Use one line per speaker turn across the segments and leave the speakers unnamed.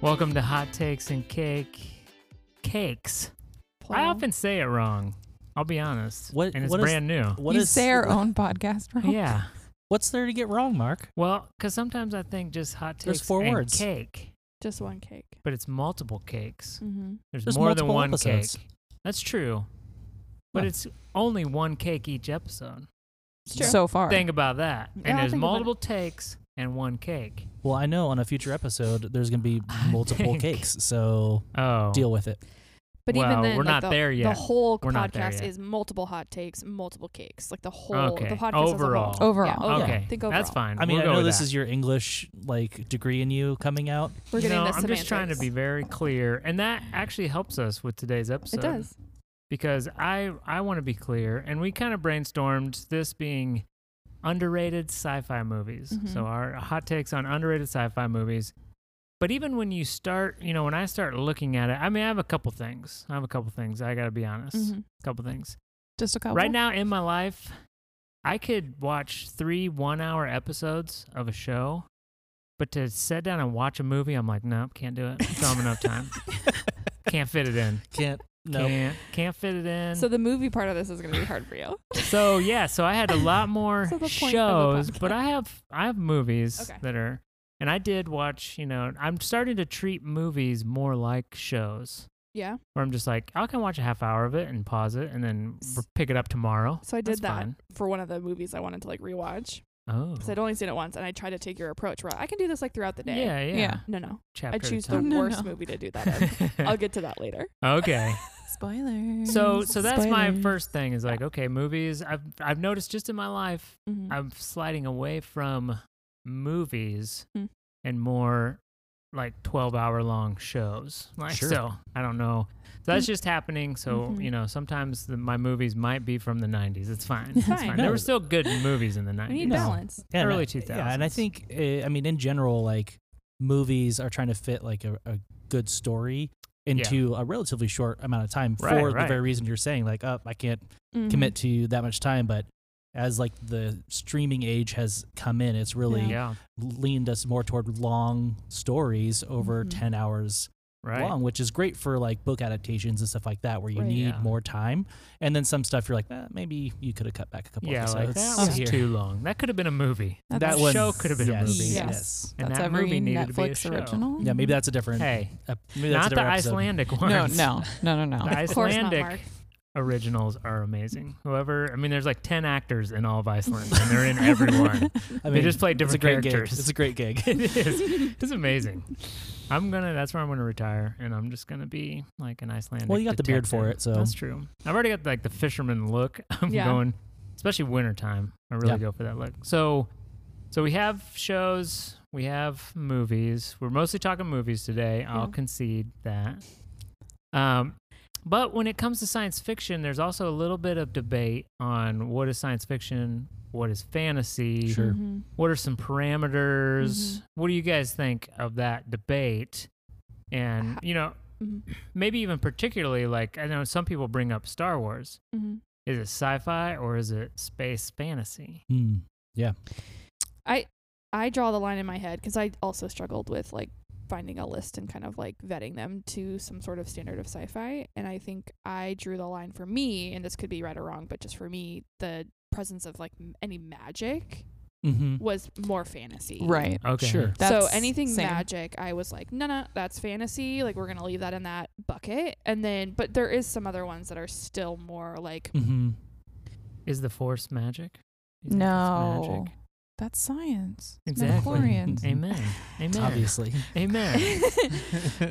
Welcome to Hot Takes and Cake. Cakes. I
Plural.
often say it wrong. I'll be honest.
What-
and it's
what is-
brand new.
What
you
is-
say our own podcast, right?
Yeah.
What's there to get wrong, Mark?
Well, because sometimes I think just hot takes
There's four
and
words.
cake,
Just one cake.
but it's multiple cakes.
Mm-hmm.
There's,
There's
more than
multiple
one
episodes.
cake. That's true. But
Yeah.
it's only one cake each episode.
Sure. So far.
Think about that.
Yeah,
and there's
think about it.
multiple takes and one cake.
Well, I know on a future episode there's going to be
I
multiple
think-
cakes, so
Oh.
deal with it.
but
well,
even then,
we're
like,
not
the,
there
The
yet.
whole
We're not there
podcast
yet.
is multiple hot takes, multiple cakes. Like the whole
Okay,
the podcast
overall.
As a whole. Yeah,
Okay.
Oh, yeah.
Think
That's
overall.
fine.
I mean,
we'll
I
go
know
with
this
that.
is your English like degree in you coming out.
We're
You
getting
know,
this.
I'm just trying to be
semantics.
very clear, and that actually helps us with today's episode.
It does.
because I I want to be clear, and we kind of brainstormed this being underrated sci-fi movies.
Mhm.
So our hot takes on underrated sci-fi movies. But even when you start, you know, when I start looking at it, I mean, I have a couple things. I have a couple things. I got to be honest.
Mhm.
couple things.
Just a couple.
Right now in my life, I could watch three one-hour episodes of a show, but to sit down and watch a movie, I'm like, nope, can't do it. Don't have enough time. Can't fit it in.
Can't. No.
Can't, can't fit it in.
So the movie part of this is going to be hard for you.
So yeah, so I had a lot more
So the point of the
shows,
podcast.
but I have I have movies
Okay.
that are and I did watch, you know, I'm starting to treat movies more like shows.
yeah.
Where I'm just like, I can watch a half hour of it and pause it and then
S-
r- pick it up tomorrow.
So I did
That's
that
fine.
for one of the movies I wanted to like rewatch
Oh.
because I'd only seen it once, and I tried to take your approach. Where I can do this like throughout the day.
Yeah, yeah.
Yeah.
No, no.
Chapter
I choose
at a
the
No,
worst
no.
movie to do that. in. I'll
time.
get to that later.
okay.
Spoiler.
So so that's my first thing is like, okay, movies I've I've noticed just in my life
Mhm.
I'm sliding away from movies
Hmm.
and more like 12 hour long shows. Like,
Sure.
So I don't know. So that's just happening. So,
Mhm.
you know, sometimes the, my movies might be from the 90s. It's fine. It's
Fine.
fine. There
No.
were still good movies in the 90s.
We need
No.
balance.
Yeah, and
Early
I- Yeah, and I
2000s.
think uh, I mean in general, like movies are trying to fit like a, a good story into a relatively short amount of time
Right,
for
right.
the very reason you're saying, like, oh, I can't
Mhm.
commit
Mm-hmm.
to that much time, but as like the streaming age has come in, it's really
Yeah.
leaned us more toward long stories over
Mhm.
10 hours
Mm-hmm. Right.
long, which is great for like book adaptations and stuff like that, where you
Right.
need
Yeah.
more time. And then some stuff you're like, eh, maybe you could have cut back a couple
Yeah. Like,
episodes.
that
over
was
here.
too long. That could have been a movie.
That
Oh, That
That
was
show could have been a
yes,
movie.
Yes.
Yes.
And
That's
that
every
movie needed to be a
Netflix
show.
original.
Yeah, maybe that's a different.
Hey,
uh, maybe that's
not
a
the
different episode.
Icelandic ones.
No, no, no, no,
The
no.
Of course not,
Icelandic
Mark.
originals are amazing. Whoever, I mean, there's like 10 actors in all of Iceland, and they're in every one.
I mean,
they just play
it's a
different
great
characters.
gig. It's a great gig.
it is. It's amazing. I'm gonna. That's where I'm gonna retire, and I'm just gonna be like an Icelandic.
Well, you got the beard for
detective.
it, so-
that's true. I've already got like the fisherman look. I'm
Yeah.
going, especially wintertime. I really
Yeah.
go for that look. So, so we have shows, we have movies. We're mostly talking movies today. I'll
Yeah.
concede that. Um, but when it comes to science fiction, there's also a little bit of debate on what is science fiction, what is fantasy
Sure.
Mhm.
what are some parameters
Mm-hmm.
what do you guys think of that debate and
Ha-
you know
Mhm.
maybe even particularly like i know some people bring up star wars
Mhm.
is it sci-fi or is it space fantasy
Hmm.
I draw the line in my head because I also struggled with like finding a list and kind of like vetting them to some sort of standard of sci-fi. And I think I drew the line for me, and this could be right or wrong, but just for me, the presence of like m- any magic
Mm-hmm.
was more fantasy.
Right.
okay
Sure.
so
That's
anything
same.
magic, I was like, no, no, that's fantasy. Like we're gonna leave that in that bucket. And then, but there is some other ones that are still more like
Mm-hmm.
is the force magic You think it's magic?
No. That's science.
Exactly.
Midichlorians.
amen amen
Obviously.
amen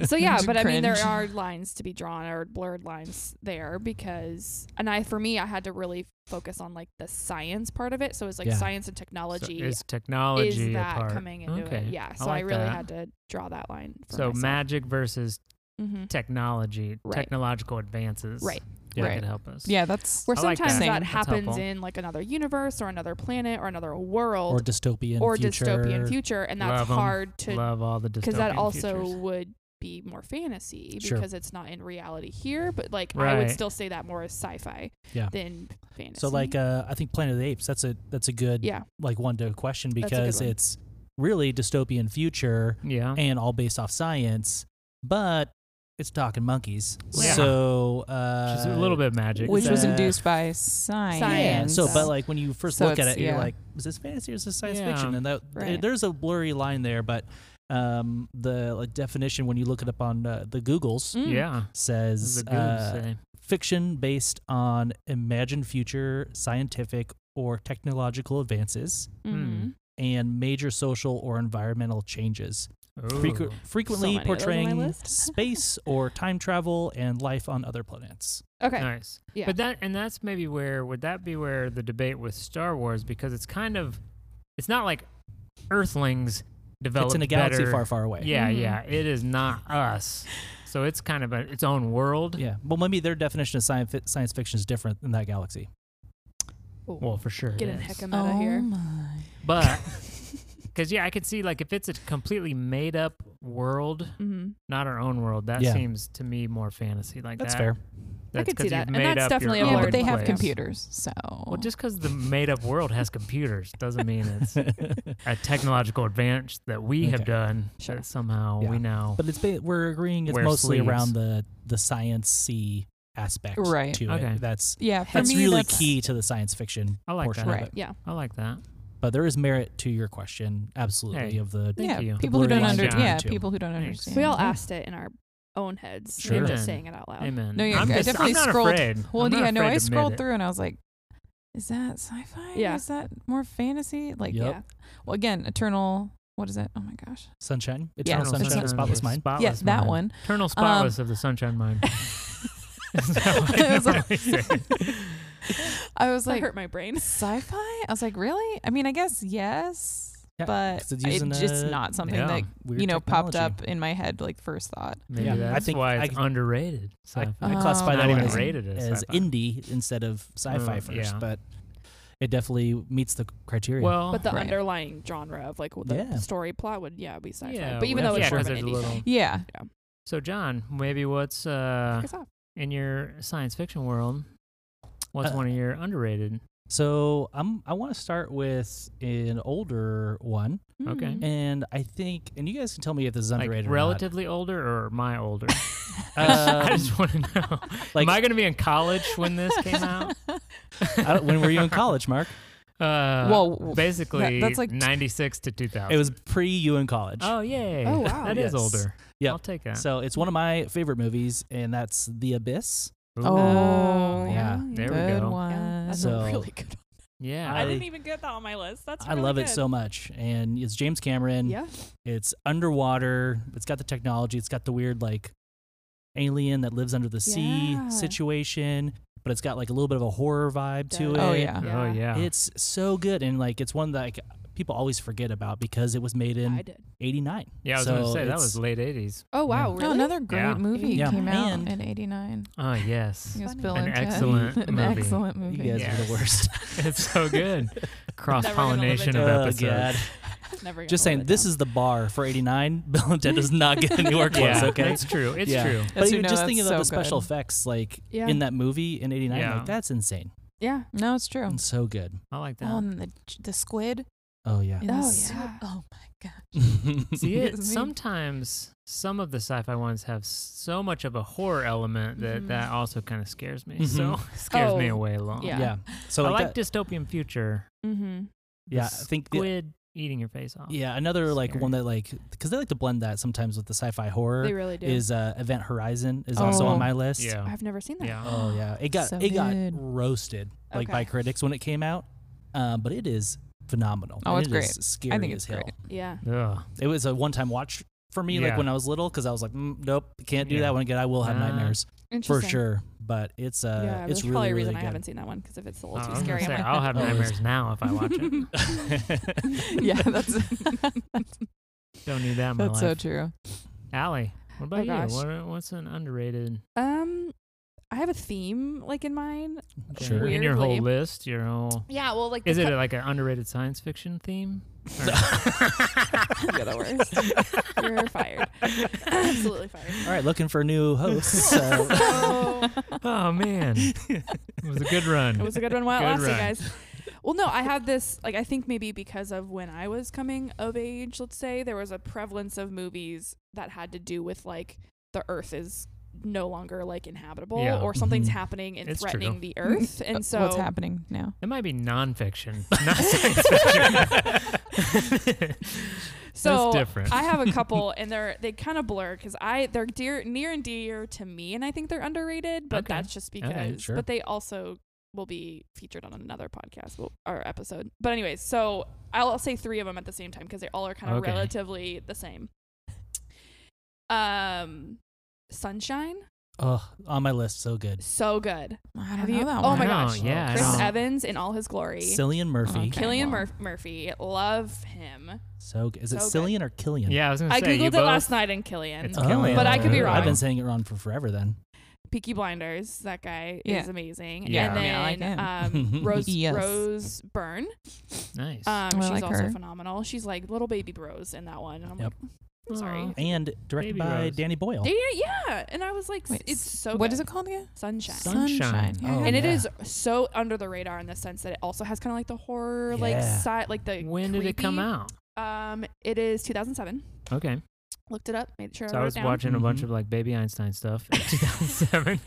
so yeah, but I mean there
Cringe.
are lines to be drawn or blurred lines there because and I for me I had to really focus on like the science part of it. So it's like
Yeah.
science and
So
technology
is technology
is that
a part?
coming into
okay.
it. Yeah. So I,
like
really
that.
had to draw that line. For
so
myself.
magic versus
Mhm.
technology
Right.
technological advances
Right.
that
Right.
could help us
Yeah, that's
Where
I like
sometimes
that.
that,
Same.
That's
happens
helpful.
in like another universe or another planet or another world.
Or dystopian.
or
future.
dystopian future, and that's
Love 'em.
hard to
love all the
because that
dystopian
also
futures.
would be more fantasy
Sure.
because it's not in reality here. But like, I would
Right.
still say that more as sci-fi
Yeah.
than fantasy.
uh, So like, uh, I think Planet of the Apes. That's a that's a good
yeah,
like one to question
That's a good
because
one. Uh-huh.
it's really dystopian future
Yeah.
and all based off science, but it's talking monkeys.
Yeah.
So uh,
Just a little bit of magic.
Which was
so-
Uh,
induced by science.
Yeah.
science.
So, but like when you first
So
look at
it's-
it, you're
yeah.
like, is this fantasy or is this science
Yeah.
fiction? And that
Right.
there's a blurry line there, but um, the like, definition when you look it up on uh, the Google's
Mm.
yeah.
says
The good
uh,
Mm.
say.
fiction based on imagined future scientific or technological advances
Mm-hmm.
Mm.
and major social or environmental changes, frequ-
Ooh.
frequently
many of those on my
portraying
list.
space or time travel and life on other planets.
Okay.
Nice.
Yeah.
But that and that's maybe where would that be where the debate with Star Wars because it's kind of it's not like Earthlings developed
it's in a galaxy
better.
far, far away.
Yeah,
Mhm.
yeah. It is not us. So it's kind of a, its own world.
Yeah. Well, maybe their definition of science, fi- science fiction is different in that galaxy.
Ooh.
Well, for sure. it
Getting
is.
hecka
Oh
meta here.
my.
But because yeah, I could see like if it's a completely made up world,
Mm-hmm.
not our own world, that
Yeah.
seems to me more fantasy. Like
That's
that.
fair.
That's
could see
'cause you've
that, and
made
that's
up your
definitely a
own
Yeah, but
large
they have
place.
computers, so.
Well, just because the made up world has computers doesn't mean it's
but
a technological advance that we have
Okay.
done
Sure.
that somehow
Yeah.
we now.
it's ba- we're agreeing it's
Wear
mostly
sleeves.
around the the sciency aspect
Right.
to
Okay.
it. That's
yeah, for
that's
me,
really
that's-
key to the science fiction
I like
portion
that.
of
Right.
it.
Yeah.
I like that.
But there is merit to your question, absolutely,
Hey.
of the
Thank
yeah,
you.
people who
Blurry
don't
lines
under,
down
yeah,
too.
people who don't
Thanks.
understand.
We all asked it in our own heads.
Sure.
I'm just
Amen.
saying it out loud.
Amen.
No, yeah,
I'm
I
just,
definitely
I'm not
scrolled-
Afraid.
Well,
I'm not
yeah,
afraid
no,
to
I
admit
scrolled
it.
through and I was like, is that sci-fi?
Yeah.
Is that more fantasy? Like,
Yep.
Yeah.
well, again, Eternal. What is it? Oh my gosh.
sunshine,
Yeah,
eternal
Eternal
sunshine,
Sunshine
of the
of
spotless
the
mind.
Spotless
Yes, that
Mind.
one.
Eternal spotless of the sunshine mind. Is that what
It was
you
all-
wanna say?
I was
That
like,
hurt my brain.
sci-fi? I was like, really? I mean, I guess yes,
Yeah,
but
'cause
it's
it's using
just
a-
not something
yeah,
that
Weird
you know popped
technology.
up in my head like first thought.
Maybe
Yeah, I
that's
think
why
I-
it's underrated. So
I, I
Oh,
classify
Not
that one
even
as,
rated as
as
sci-fi.
indie instead of sci-fi
Uh,
first,
yeah.
but it definitely meets the criteria.
well,
But the
Right.
underlying genre of like the
Yeah.
story plot would yeah be sci-fi.
Yeah,
but even
well,
though it's
yeah,
more
'cause
of
there's a
an indie
little-
film.
Yeah,
so John, maybe what's uh,
Kick us off.
in your science fiction world? What's
Uh,
one of your underrated?
So I'm I want to start with an older one,
okay.
Mm.
and I think, and you guys can tell me if this is
Like
underrated. or
relatively older or my older? I
not.
just- I just
Um,
want to know.
like-
Am I going to be in college when this came out?
I don't- when were you in college, Mark?
Uh,
Well, w-
basically,
that's like-
96 to 2000.
It was pre you in college.
Oh, yay.
Oh, wow.
That is
Yes.
older.
Yep.
I'll take that.
So it's one of my favorite movies, and that's The Abyss.
Ooh.
Oh,
yeah.
There we
good
go.
one.
Yeah, that's
So-
a really good. One.
Yeah.
I,
I-
didn't even get that on my list. That's
I
really
love it
good.
so much, and it's James Cameron.
Yeah.
It's underwater. It's got the technology. It's got the weird like alien that lives under the sea
Yeah.
situation, but it's got like a little bit of a horror vibe to it.
Oh, yeah.
oh, yeah.
It's so good, and like it's one that like, people always forget about because it was made
I
in
did.
'89.
yeah, I was going to
so
say, that
it's-
was late 80s.
Oh wow,
Yeah.
really?
Oh, another great
Yeah.
movie
Yeah.
came out
And-
in '89.
Oh, yes.
It was
Funny.
Bill
An
and Ted.
excellent
An
movie.
excellent movie.
You guys are
Yes.
the worst.
it's so good. Cross
Never gonna live it
pollination of
down.
Oh,
episodes.
God.
Never.
Just saying, this is the bar for '89. Bill and Ted does not get anywhere close.
Yeah,
okay,
it's true. It's
Yeah.
true.
But
That's-
even
no,
just
that's
thinking
so
about the special
good.
effects, like
Yeah.
in that movie in '89,
Yeah.
like that's insane.
yeah.
No, it's true.
It's so good.
I like
Oh,
that.
and the the squid.
Oh yeah.
in the
Oh,
soup.
yeah.
Oh my god.
See,
Yes,
it,
I mean-
sometimes some of the sci-fi ones have so much of a horror element that
Mhm.
that also kind of scares me. So scares me
Oh,
away a lot.
yeah.
yeah. Mm-hmm. So
I
like,
like
that,
dystopian future.
Mm-hmm.
the
yeah, I think the-
squid eating your face off.
yeah another like
Oh, Scary.
one that like because they like to blend that sometimes with the sci-fi horror
They really do.
is uh, Event Horizon is also
Oh.
on my list.
yeah,
I've never seen that.
yeah.
Oh yeah, it got
So
it got
good.
roasted like by
Okay.
critics when it came out, uh, but it is phenomenal.
Oh,
and
it's
it is
great.
scary
I think
as
it's
hell.
great.
Yeah.
Ugh.
It was a one-time watch for me,
Yeah.
like when I was little, because I was like, mm, nope, can't do
Yeah.
that one again. I will have
Nah.
nightmares for
Interesting.
sure. But it's uh,
yeah,
it's
there's
really
probably a
really
reason
good.
I haven't seen that one because if it's a
Uh,
little
I
too
was gonna
scary,
say,
I'm like,
I'll have
Oh, it's-
nightmares now if I watch it.
yeah, that's
Don't need that in my
that's so
life.
true.
Allie, what about
Oh, gosh.
you? What, what's an underrated?
um, I have a theme like in mind.
Sure.
In your whole
Weirdly.
list, your whole.
Yeah. Well, like
Is
the
it
co-
like an underrated science fiction theme? Or-
You're the worst. You're fired. Absolutely fired.
All right, looking for new hosts. uh,
So-
oh man, it was a good run.
It was a good one while it
Good
lasted,
run.
guys. Well, no, I have this like I think maybe because of when I was coming of age, let's say, there was a prevalence of movies that had to do with like the earth is no longer like inhabitable
Yeah.
or something's
Mhm.
happening and
It's true.
threatening the earth. And so
What's happening now?
It might be nonfiction, not science fiction.
so
That's different.
I have a couple and they're they kind of blur cuz I they're dear near and dear to me and I think they're underrated, but
Okay.
that's just
Okay,
because
sure.
but they also will be featured on another podcast well, or episode. But anyways, so I'll say 3 of them at the same time cuz they all are kind of
Okay.
relatively the same. Um Sunshine,
Ugh, on my list, so good.
so
I
good.
don't
Have
know
you-
that
oh
one.
my
I know,
gosh.
Yeah, I
Chris
know.
Evans in all his glory.
Cillian Murphy,
Okay.
Killian
well.
Murf- Murphy. Love him.
so good. Is it
So good.
Cillian or Killian? Oh.
yeah, I was gonna
I
say
googled
you
it
both,
last night in Killian.
It's Killian.
But I could be
I've
wrong.
been saying it wrong for forever. Then
Peaky Blinders. That guy
Yeah.
is amazing.
Yeah.
And then
Yeah, I like
um, Rose
Yes.
Rose Byrne.
Nice.
Um,
Oh, I
she's
like
also
her.
phenomenal. She's like little baby Rose in that one. And I'm
Yep.
like, I'm sorry.
Aw.
and directed
Baby
by
Rose.
Danny Boyle.
Yeah, yeah. And I was like,
Wait,
it's
s-
so.
What
good.
is it called again?
Sunshine.
Sunshine.
Yeah,
Oh,
yeah.
and it
yeah.
is so under the radar in the sense that it also has kind of like the horror, like
Yeah.
side, like the.
when did it come
creepy-
out?
Um, it is 2007.
Okay,
Looked it up. Made sure
so I
I wrote
was
it down. Mm-hmm.
watching a bunch
Mhm.
of like Baby Einstein stuff in 2007.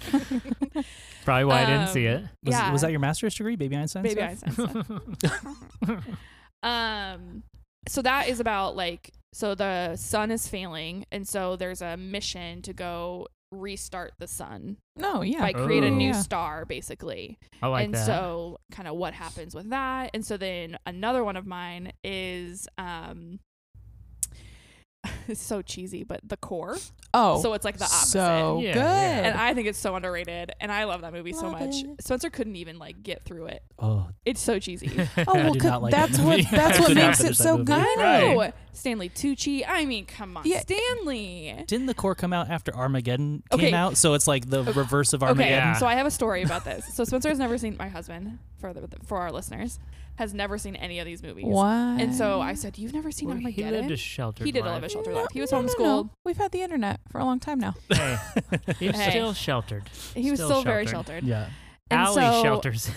Probably why I didn't see it.
Um,
Was,
yeah.
was that your master's degree, Baby Einstein?
Baby
stuff?
Einstein stuff. um, so that is about like so the sun is failing, and so there's a mission to go restart the sun,
No, yeah.
like create a new
Oh.
star, basically.
I like
and
that.
so, kind of what happens with that, and so then another one of mine is um. It's so cheesy, but the core.
oh,
so it's like the opposite.
So
Yeah,
good.
yeah.
and I think it's so underrated, and I love that movie so
Love
much.
it.
Spencer couldn't even like get through it.
Oh,
It's so cheesy.
oh
I
well,
do
could-
not like that
that's what
movie.
that's
I
what
could not
makes it
finish that
so
movie.
good.
I know. Oh, Stanley Tucci. I mean, come on,
Yeah.
Stanley.
didn't the core come out after Armageddon came
Okay.
out? So it's like the reverse of
Okay,
Armageddon.
Yeah.
so I have a story about this. So Spencer has never seen my husband for the, for our listeners has never seen any of these movies.
Why?
And so I said, "You've never seen
Well, he
Armageddon?"
lived a sheltered
He did live
life.
a sheltered life. He was homeschooled.
We've had the internet for a long time now.
Hey, he's
Hey.
still sheltered.
He was still,
Still
very
sheltered.
sheltered.
Yeah.
And
Alley
so,
shelters.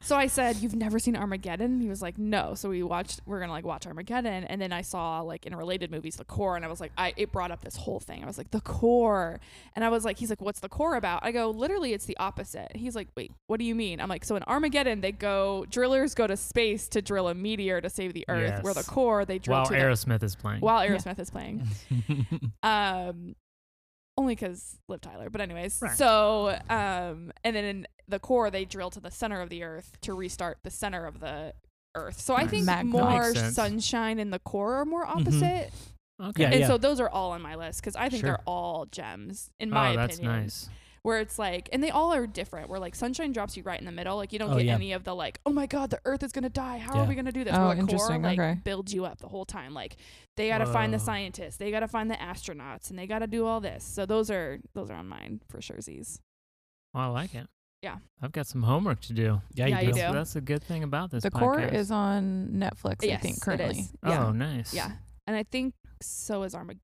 So I said, "You've never seen Armageddon?" He was like, "No." So we watched. We're gonna like watch Armageddon, and then I saw like in related movies, The Core, and I was like, I it brought up this whole thing. I was like, The Core, and I was like, he's like, "What's The Core about?" I go, "Literally, it's the opposite." He's like, "Wait, what do you mean?" I'm like, "So in Armageddon, they go drillers go to space to drill a meteor to save the Earth, where The
Yes.
Core they drill
While
to the-
Aerosmith is playing.
while
Yeah.
Aerosmith is playing." um only because liv tyler but anyways
Right.
so um and then in the core they drill to the center of the earth to restart the center of the earth so i
Nice.
think
Magma.
more
Makes sense.
sunshine and the core are more opposite
okay.
Yeah,
and so those are all on my list because i think
Sure.
they're all gems in my
oh, that's
opinion
nice.
where it's like and they all are different where like sunshine drops you right in the middle like you don't
Oh,
get
yeah.
any of the like oh my god the earth is gonna die how are
Yeah.
we gonna do this
Oh,
Where the core
interesting.
like
Okay.
builds you up the whole time like they gotta find the
Whoa.
scientists they gotta find the astronauts and they gotta do all this so those are those are on mine for sure z's
Well, I like it.
Yeah.
I've got some homework to do.
yeah,
Yeah, you
you
that's,
do.
do.
that's a good thing about this
The
podcast.
core is on Netflix, I
yes
think, currently.
it is
Oh,
yeah
nice.
yeah and i think so is armageddon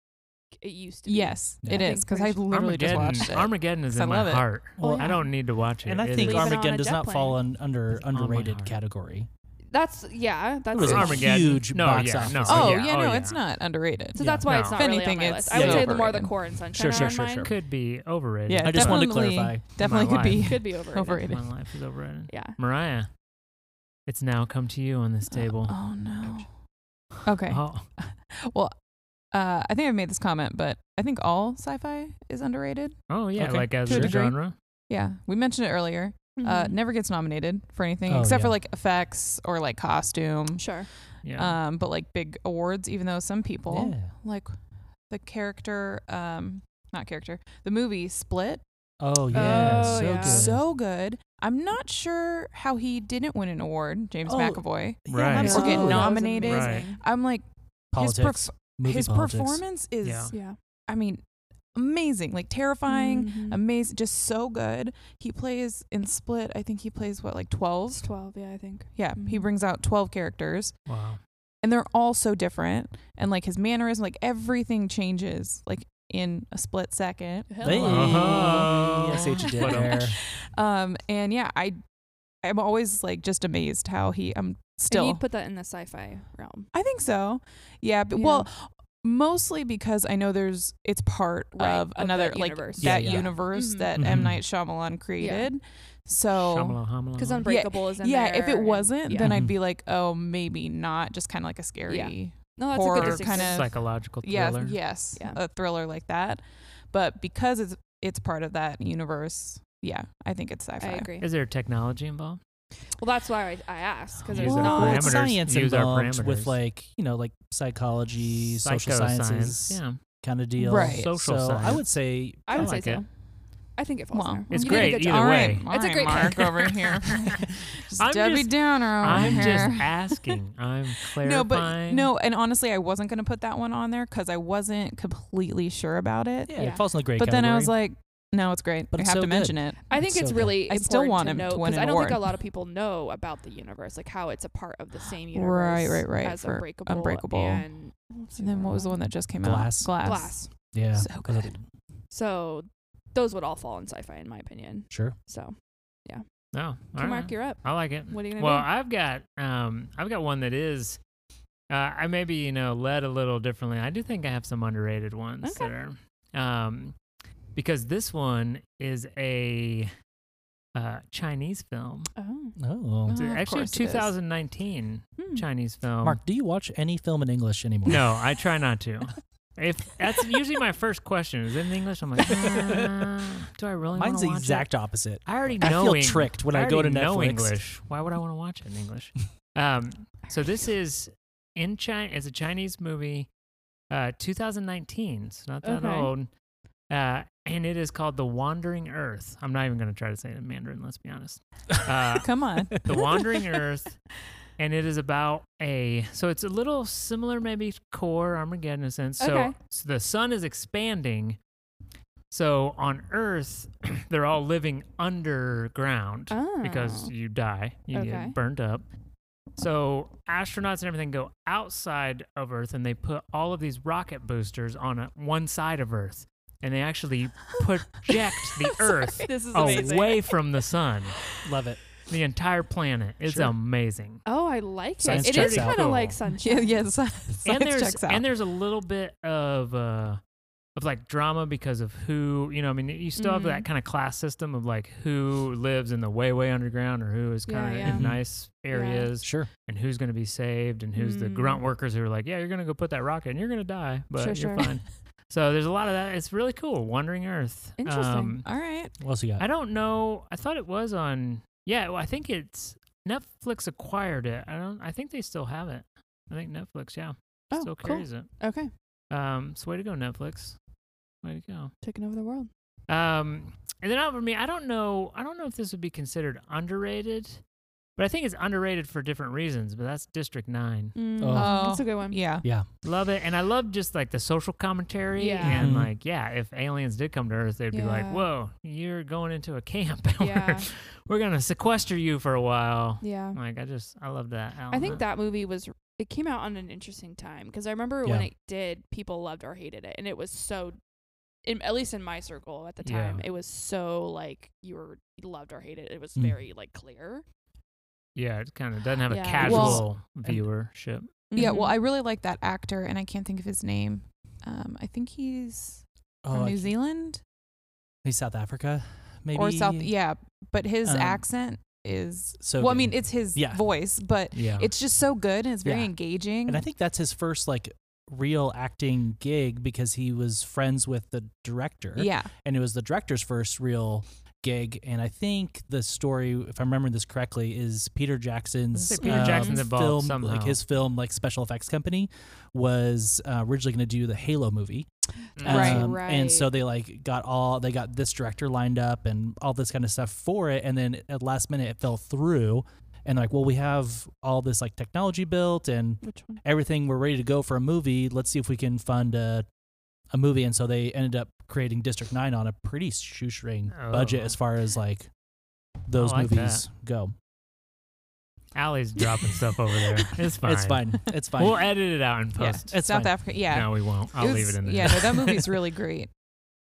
it used to be
Yes,
Yeah.
it
I
is
think
because I
pretty sure-
literally just
Armageddon,
watched it.
Armageddon is
'Cause I
in my
love it.
heart.
Well,
I
yeah.
don't need to watch it.
And I
It
think
is-
Leave it on a
Armageddon does
jet
not fall
plane.
un, under
It's on my
underrated
heart.
category.
that's yeah that's
It was
It's
a
Armageddon.
huge
no,
box
yeah,
office.
No,
oh,
yeah,
yeah, no,
yeah.
it's not underrated.
so
Yeah.
that's why
No.
it's not
If
really
anything,
on my
it's
list. I would say the more the
overrated.
core and sunshine
Sure,
are
sure,
on
sure,
mine.
sure.
Could be overrated.
Yeah,
I just wanted to
definitely-
clarify.
Definitely
My
could be.
could be overrated.
but
overrated. Uh,
My life is overrated.
yeah
Mariah, it's now come to you on this table.
Oh no. Okay.
Oh,
Well, uh, I think I've made this comment, but I think all sci-fi is underrated.
oh yeah,
Okay.
like as
To a
a
degree.
genre.
Yeah, we mentioned it earlier. Uh,
Mhm.
never gets nominated for anything
Oh,
except for
yeah.
like effects or like costume.
sure
Yeah.
Um, but like big awards, even though some people
Yeah.
like the character, um, not character, the movie Split,
Oh yeah,
Oh,
so
yeah.
good.
so good. I'm not sure how he didn't win an award, James
Oh,
McAvoy.
Yeah,
Right.
that's
Or
so
get
good.
that was
nominated.
amazing.
I'm like
Politics.
his perf-
movie
his
politics.
performance is,
Yeah.
yeah
I mean, amazing, like terrifying.
Mhm.
amazing, just so good. He plays in Split. I think he plays what like
It's
twelve.
12, yeah, I think.
Yeah, he
Mhm.
brings out twelve characters,
Wow.
and they're all so different. And like his mannerism, like everything changes, like in a split second.
Hey.
Oh.
I see what you did
But, um,
there.
Um, and yeah, I I'm always like just amazed how he I'm still
And you'd put that in the sci-fi realm.
I think so. Yeah, but
Yeah.
well, mostly because I know there's it's part
Right,
of
of
another
that
like
universe.
Yeah,
that
yeah.
universe
Mhm.
that
Mm-hmm.
Mhm.
M Night Shyamalan created. So
Shamala, hamala.
Because Unbreakable is in
yeah,
there.
if it
and-
wasn't,
yeah.
then I'd
Mm-hmm.
Mhm.
be like, oh, maybe not. Just kind of like a scary.
no, that's a
horror
good
it's
distinction.
kind of-
psychological
Yeah.
thriller.
Yes.
Yeah.
A thriller like that. But because it's it's part of that universe. Yeah, I think it's sci-fi.
I agree.
Is there technology involved?
Well, that's why I, I asked because
Use
there's
our
Well,
not.
it's
parameters.
science
Use our
involved
parameters.
with like you know like psychology, social
Psychoscience,
sciences
Yeah.
kind of deal.
Right.
Social
so I
science.
would say
I
I
would say
like
so.
it.
I think it falls.
Well,
in there.
It's
You did a
great
good
either
job.
way.
All
It's a
right,
great-
Mark over here. just
I'm
Debbie
just-
Downer over
I'm
here.
just asking. I'm clarifying.
No, but no, and honestly, I wasn't gonna put that one on there because I wasn't completely sure about it.
yeah,
Yeah.
it falls in the great
but
category.
then I was like, no, it's great.
But
I
it's
have
so
to
good.
mention it.
I think
So
it's
good.
really.
I still
important
want
to
him to
know,
win
'cause
an
I don't think a
award.
lot of people know about the universe, like how it's a part of the same universe.
Right, right, right,
As
for
unbreakable,
Unbreakable.
and, what's
And then what was the one that just came
Glass.
out? Glass.
Glass.
yeah,
so
I was like,
So those would all fall in sci-fi, in my opinion.
sure.
So,
No. Oh, all
so Mark,
right.
you're up.
I like it.
What are you gonna
Well,
do?
I've got um, I've got one that is. Uh, I maybe you know led a little differently. I do think I have some underrated ones
Okay.
that are, um, because this one is a uh, Chinese film.
Oh,
Oh,
It's
Oh, of
actually a
course it is.
2019
Hmm.
Chinese
Um,
film.
Mark, do you watch any film in English anymore?
No, I try not to. If that's usually my first question is it in English, I'm like, uh, do I really?
Mine's
wanna
the
watch it?
exact opposite.
I already
I
know
feel
Eng-
tricked when I, go to
already
Netflix.
know English. Why would I want to watch it in English? Um, so this is in China. It's a Chinese movie, uh, 2019. It's not that
Okay.
old, uh, and it is called The Wandering Earth. I'm not even going to try to say it in Mandarin. Let's be honest. Uh,
Come on.
the Wandering Earth, and it is about a. So it's a little similar, maybe core Armageddon in a sense. So,
Okay.
so the sun is expanding. So on Earth, they're all living underground
oh.
because you die, you
Okay.
get burnt up. So astronauts and everything go outside of Earth, and they put all of these rocket boosters on a, one side of Earth, and they actually project the Earth
this
Oh,
is amazing.
away from the sun
Love it.
the entire planet. It's
Sure.
amazing.
Oh, I like
Science
it. It
checks
is
out.
kind of
Cool.
like sunshine.
yeah, yes.
and there's
checks out.
and there's a little bit of uh of like drama because of who you know. I mean, you still have
Mhm.
Mm-hmm.
that kind of class system of like who lives in the way way underground or who is
Yeah,
kind of
yeah.
in
Mhm.
nice areas
Sure.
and who's going to be saved and who's the grunt
Mm.
workers who are like, yeah, you're going to go put that rocket and you're going to die, but
Sure,
you're
sure.
fine. So there's a lot of that. It's really cool. Wandering Earth. Um,
Interesting.
All right.
What else you got?
I don't know. I thought it was on. Yeah, well, I think it's Netflix acquired it. I don't. I think they still have it. I think Netflix. Yeah,
Oh,
still
cool.
carries
Okay,
it. Um, so way to go, Netflix. Way to
taking over the world.
go. Um, and then out for me, I don't know. I don't know if this would be considered underrated, but I think it's underrated for different reasons. But that's District Nine.
Mm,
Oh.
That's a good
Um,
one.
Yeah.
Love it, and I love just like the social commentary
Yeah.
and
Mhm.
like yeah, if aliens did come to Earth, they'd be like,
Yeah.
"Whoa, you're going into a camp, and we're
Yeah.
we're gonna sequester you for a while.
yeah.
Like I just I love that.
I think that movie was it came out on an interesting time because I remember when
Yeah.
it did, people loved or hated it, and it was so. In, at least in my circle at the
Yeah.
time, it was so like you were loved or hated. It was
Mm.
very like clear.
yeah, it kind of doesn't have
Yeah.
a
Well-
casual viewership.
mm-hmm.
Yeah. Well, I really like that actor, and I can't think of his name. Um, I think he's from
Oh,
New Zealand
he's South Africa, maybe
or South. Yeah, but his
Um,
accent is.
So
well, I
good.
mean, it's his
Yeah.
voice, but
Yeah,
it's just so good and it's very
Um, Yeah.
engaging.
and I think that's his first like real acting gig because he was friends with the director.
yeah.
and it was the director's first real gig. And I think the story, if I'm remembering this correctly, is Peter Jackson's
say Peter
um,
Jackson's involved
film,
somehow.
like his film, like special effects company, was uh, originally going to do the Halo movie,
Mm.
Right.
Um, And
Right.
so they like got all they got this director lined up and all this kind of stuff for it, and then at last minute it fell through. And like, well, we have all this like technology built and
Which one?
everything we're ready to go for a movie let's see if we can fund a, a movie and so they ended up creating district 9 on a pretty shoestring budget
Oh.
as far as like those
like that.
movies go
Allie's dropping stuff over there. It's fine.
it's fine it's fine
We'll edit it out in
Yeah.
post.
It's
South
fine.
Africa. Yeah.
No, we won't. I'll leave
was-
it in there.
Yeah, no, that movie's really great.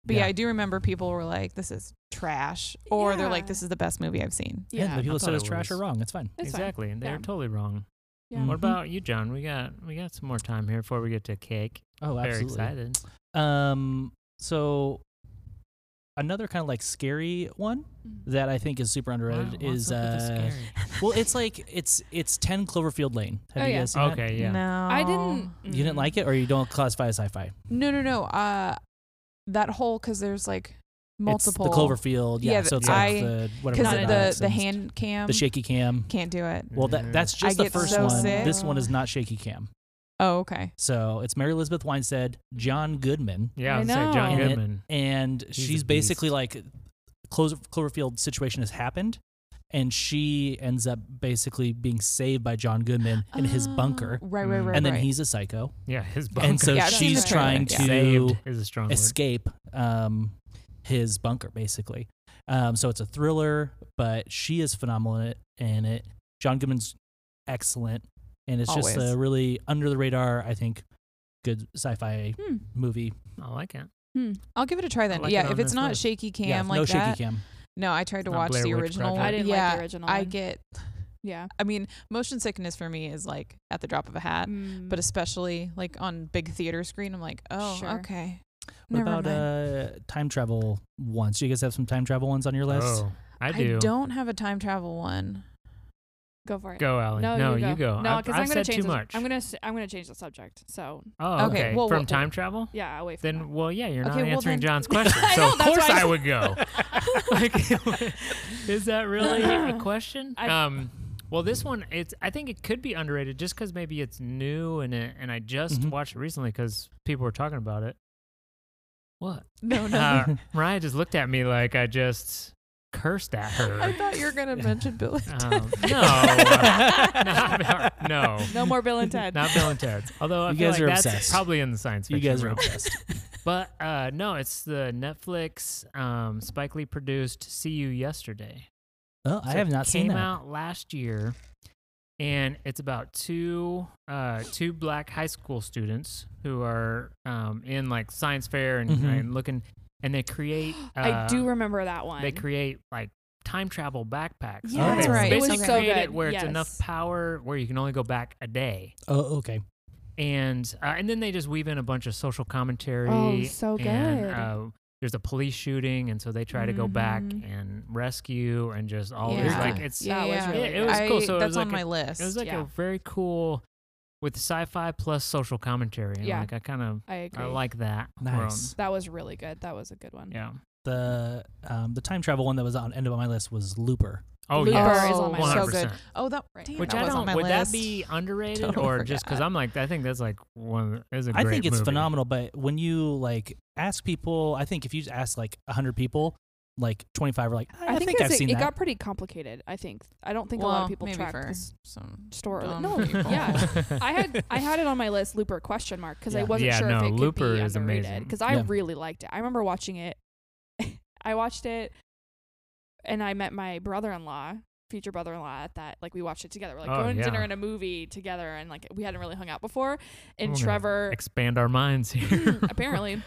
But yeah.
Yeah.
I do remember people were like, "This is trash," or they're like,
Yeah.
"This is the best movie I've seen."
Yeah,
Yeah.
the people that
thought
said
it
it's trash
was-
are wrong. It's fine.
It's fine.
exactly, and they're
Yeah. Mm-hmm.
totally wrong.
Yeah.
What
Mhm.
about you, John? We got we got some more time here before we get to cake.
Oh,
Very
absolutely.
excited.
Um, so another kind of like scary one
Mm.
that I think is super underrated
Wow, what's
is
up with the
uh,
scary?
well, it's like it's it's ten Cloverfield Lane. Have
Oh,
you
yeah.
guys seen that?
okay, yeah.
No,
I didn't.
You didn't
mm.
like it, or you don't classify it as sci-fi?
No, no, no. Uh, that whole because there's like multiple
It's the Cloverfield, yeah.
Yeah,
so it's
the-
like
I-
the
because
whatever
Not
the,
an
the
dots
the
and
hand cam
the shaky cam.
can't do it.
Well, that that's
Mm.
just
I
the
get
first
so
one.
sick.
This one is not shaky cam.
Oh, okay.
So it's Mary Elizabeth Winstead, John Goodman,
yeah.
I
I was gonna say John
know.
And it-
Goodman.
and
He's a
she's basically
beast.
like Clover, Cloverfield situation has happened, and she ends up basically being saved by John Goodman in his
Oh,
bunker,
Right, right,
Mm.
right.
and then
right.
he's a psycho,
Yeah, his
and so
bunker.
Yeah, I've seen
she's
the trailer,
trying
yeah.
to
saved is a strong word.
escape um, his bunker, basically. Um, so it's a thriller, but she is phenomenal in it. And it, John Goodman's excellent, and it's just
Always.
a really under the radar, I think, good sci-fi
Hmm.
movie.
I like it.
I'll give it a try then.
I like it on
yeah, if it's
this
not
list.
shaky cam
yeah,
like
no
that.
shaky cam.
No, I tried to
Not
watch
Blair
the
Witch
original.
Project.
Mm-hmm. I didn't
yeah,
like the original.
I
one.
get.
Yeah.
I mean, motion sickness for me is like at the drop of a hat,
Mm.
but especially like on big theater screen, I'm like, oh,
Sure.
okay.
What
Never
about
mind.
uh, time travel ones? Do you guys have some time travel ones on your list?
Oh, I do.
not have a time travel one.
go for it.
Go, Allie.
No, you go.
you go.
No,
I've,
because
I've
I'm gonna
said
change.
too
the-
much.
I'm gonna s- I'm gonna change the subject. So
Oh,
Okay,
okay.
well,
From
wh-
time travel?
yeah, away from
Then, well, yeah, you're not
Okay, well,
answering
then-
John's question.
I
so,
know,
of
that's why
course,
I
I, would go. like, is that really a question?
I-
um, well, this one, it's. I think it could be underrated just because maybe it's new and it, and I just
Mhm.
watched it recently because people were talking about it. What?
Oh, No, no.
Uh, Mariah just looked at me like I just cursed at
I
her.
thought you were gonna mention Bill. and Ted.
Um, no, not, Mar- no,
it. No more Bill and Ted.
not Bill and Ted's. Although I
You
feel
guys
like
are
that's
obsessed.
probably in the science
You
fiction
guys are
realm.
obsessed.
But uh, no, it's the Netflix um, Spike Lee produced "See You Yesterday."
Oh, I
So
have
it
not
Came
seen that.
out last year, and it's about two uh, two black high school students who are um, in like science fair and,
Mhm.
and looking, and they create. Uh,
I do remember that one.
They create like time travel backpacks.
Yeah,
that's
They
right. It was
Basically
so
create it
good.
where it's enough
Yes.
power where you can only go back a day.
Oh, okay.
And uh, and then they just weave in a bunch of social commentary.
Oh, so
And,
good.
uh, there's a police shooting, and so they try to go back
Mhm.
and rescue and just all
Yeah.
this like it's
Mm-hmm. Yeah, it was really
it was
I-
cool. So it
that's
was
on
like
my
a-
list.
it was like
Yeah.
a very cool with sci-fi plus social commentary. And
Yeah.
like I kind of
I agree.
I like that. world.
Nice.
that was really good. That was a good one.
Yeah.
The um, the time travel one that was on end of my list was Looper.
Oh
Looper
yeah.
is on my
Oh,
list.
so
100%.
good. Oh, that
Right.
damn,
Which
that
I
was on
don't.
my
Would
list.
that be underrated
Totally
or just because
forgot.
I'm like I think that's like one is a
I
great
think it's
movie.
phenomenal, but when you like ask people, I think if you just ask like 100 people, like 25 are like, I,
I,
think,
think,
I've
it's-
seen
it
that.
got pretty complicated. I think I don't think a lot
Well,
of people
maybe
track
for
this
some
store.
dumb
No,
people.
Oh, yeah. I had I had it on my list Looper question mark because
Yeah.
I wasn't
Yeah,
sure
no,
if it
Looper
could be
is
underrated
amazing.
because I
Yeah.
really liked it. I remember watching it. I watched it, and I met my brother-in-law, future brother-in-law, at that. Like we watched it together. We're like
Oh,
going to dinner
yeah.
and a movie together, and like we hadn't really hung out before. And
We're gonna
Trevor,
Expand our minds here.
apparently,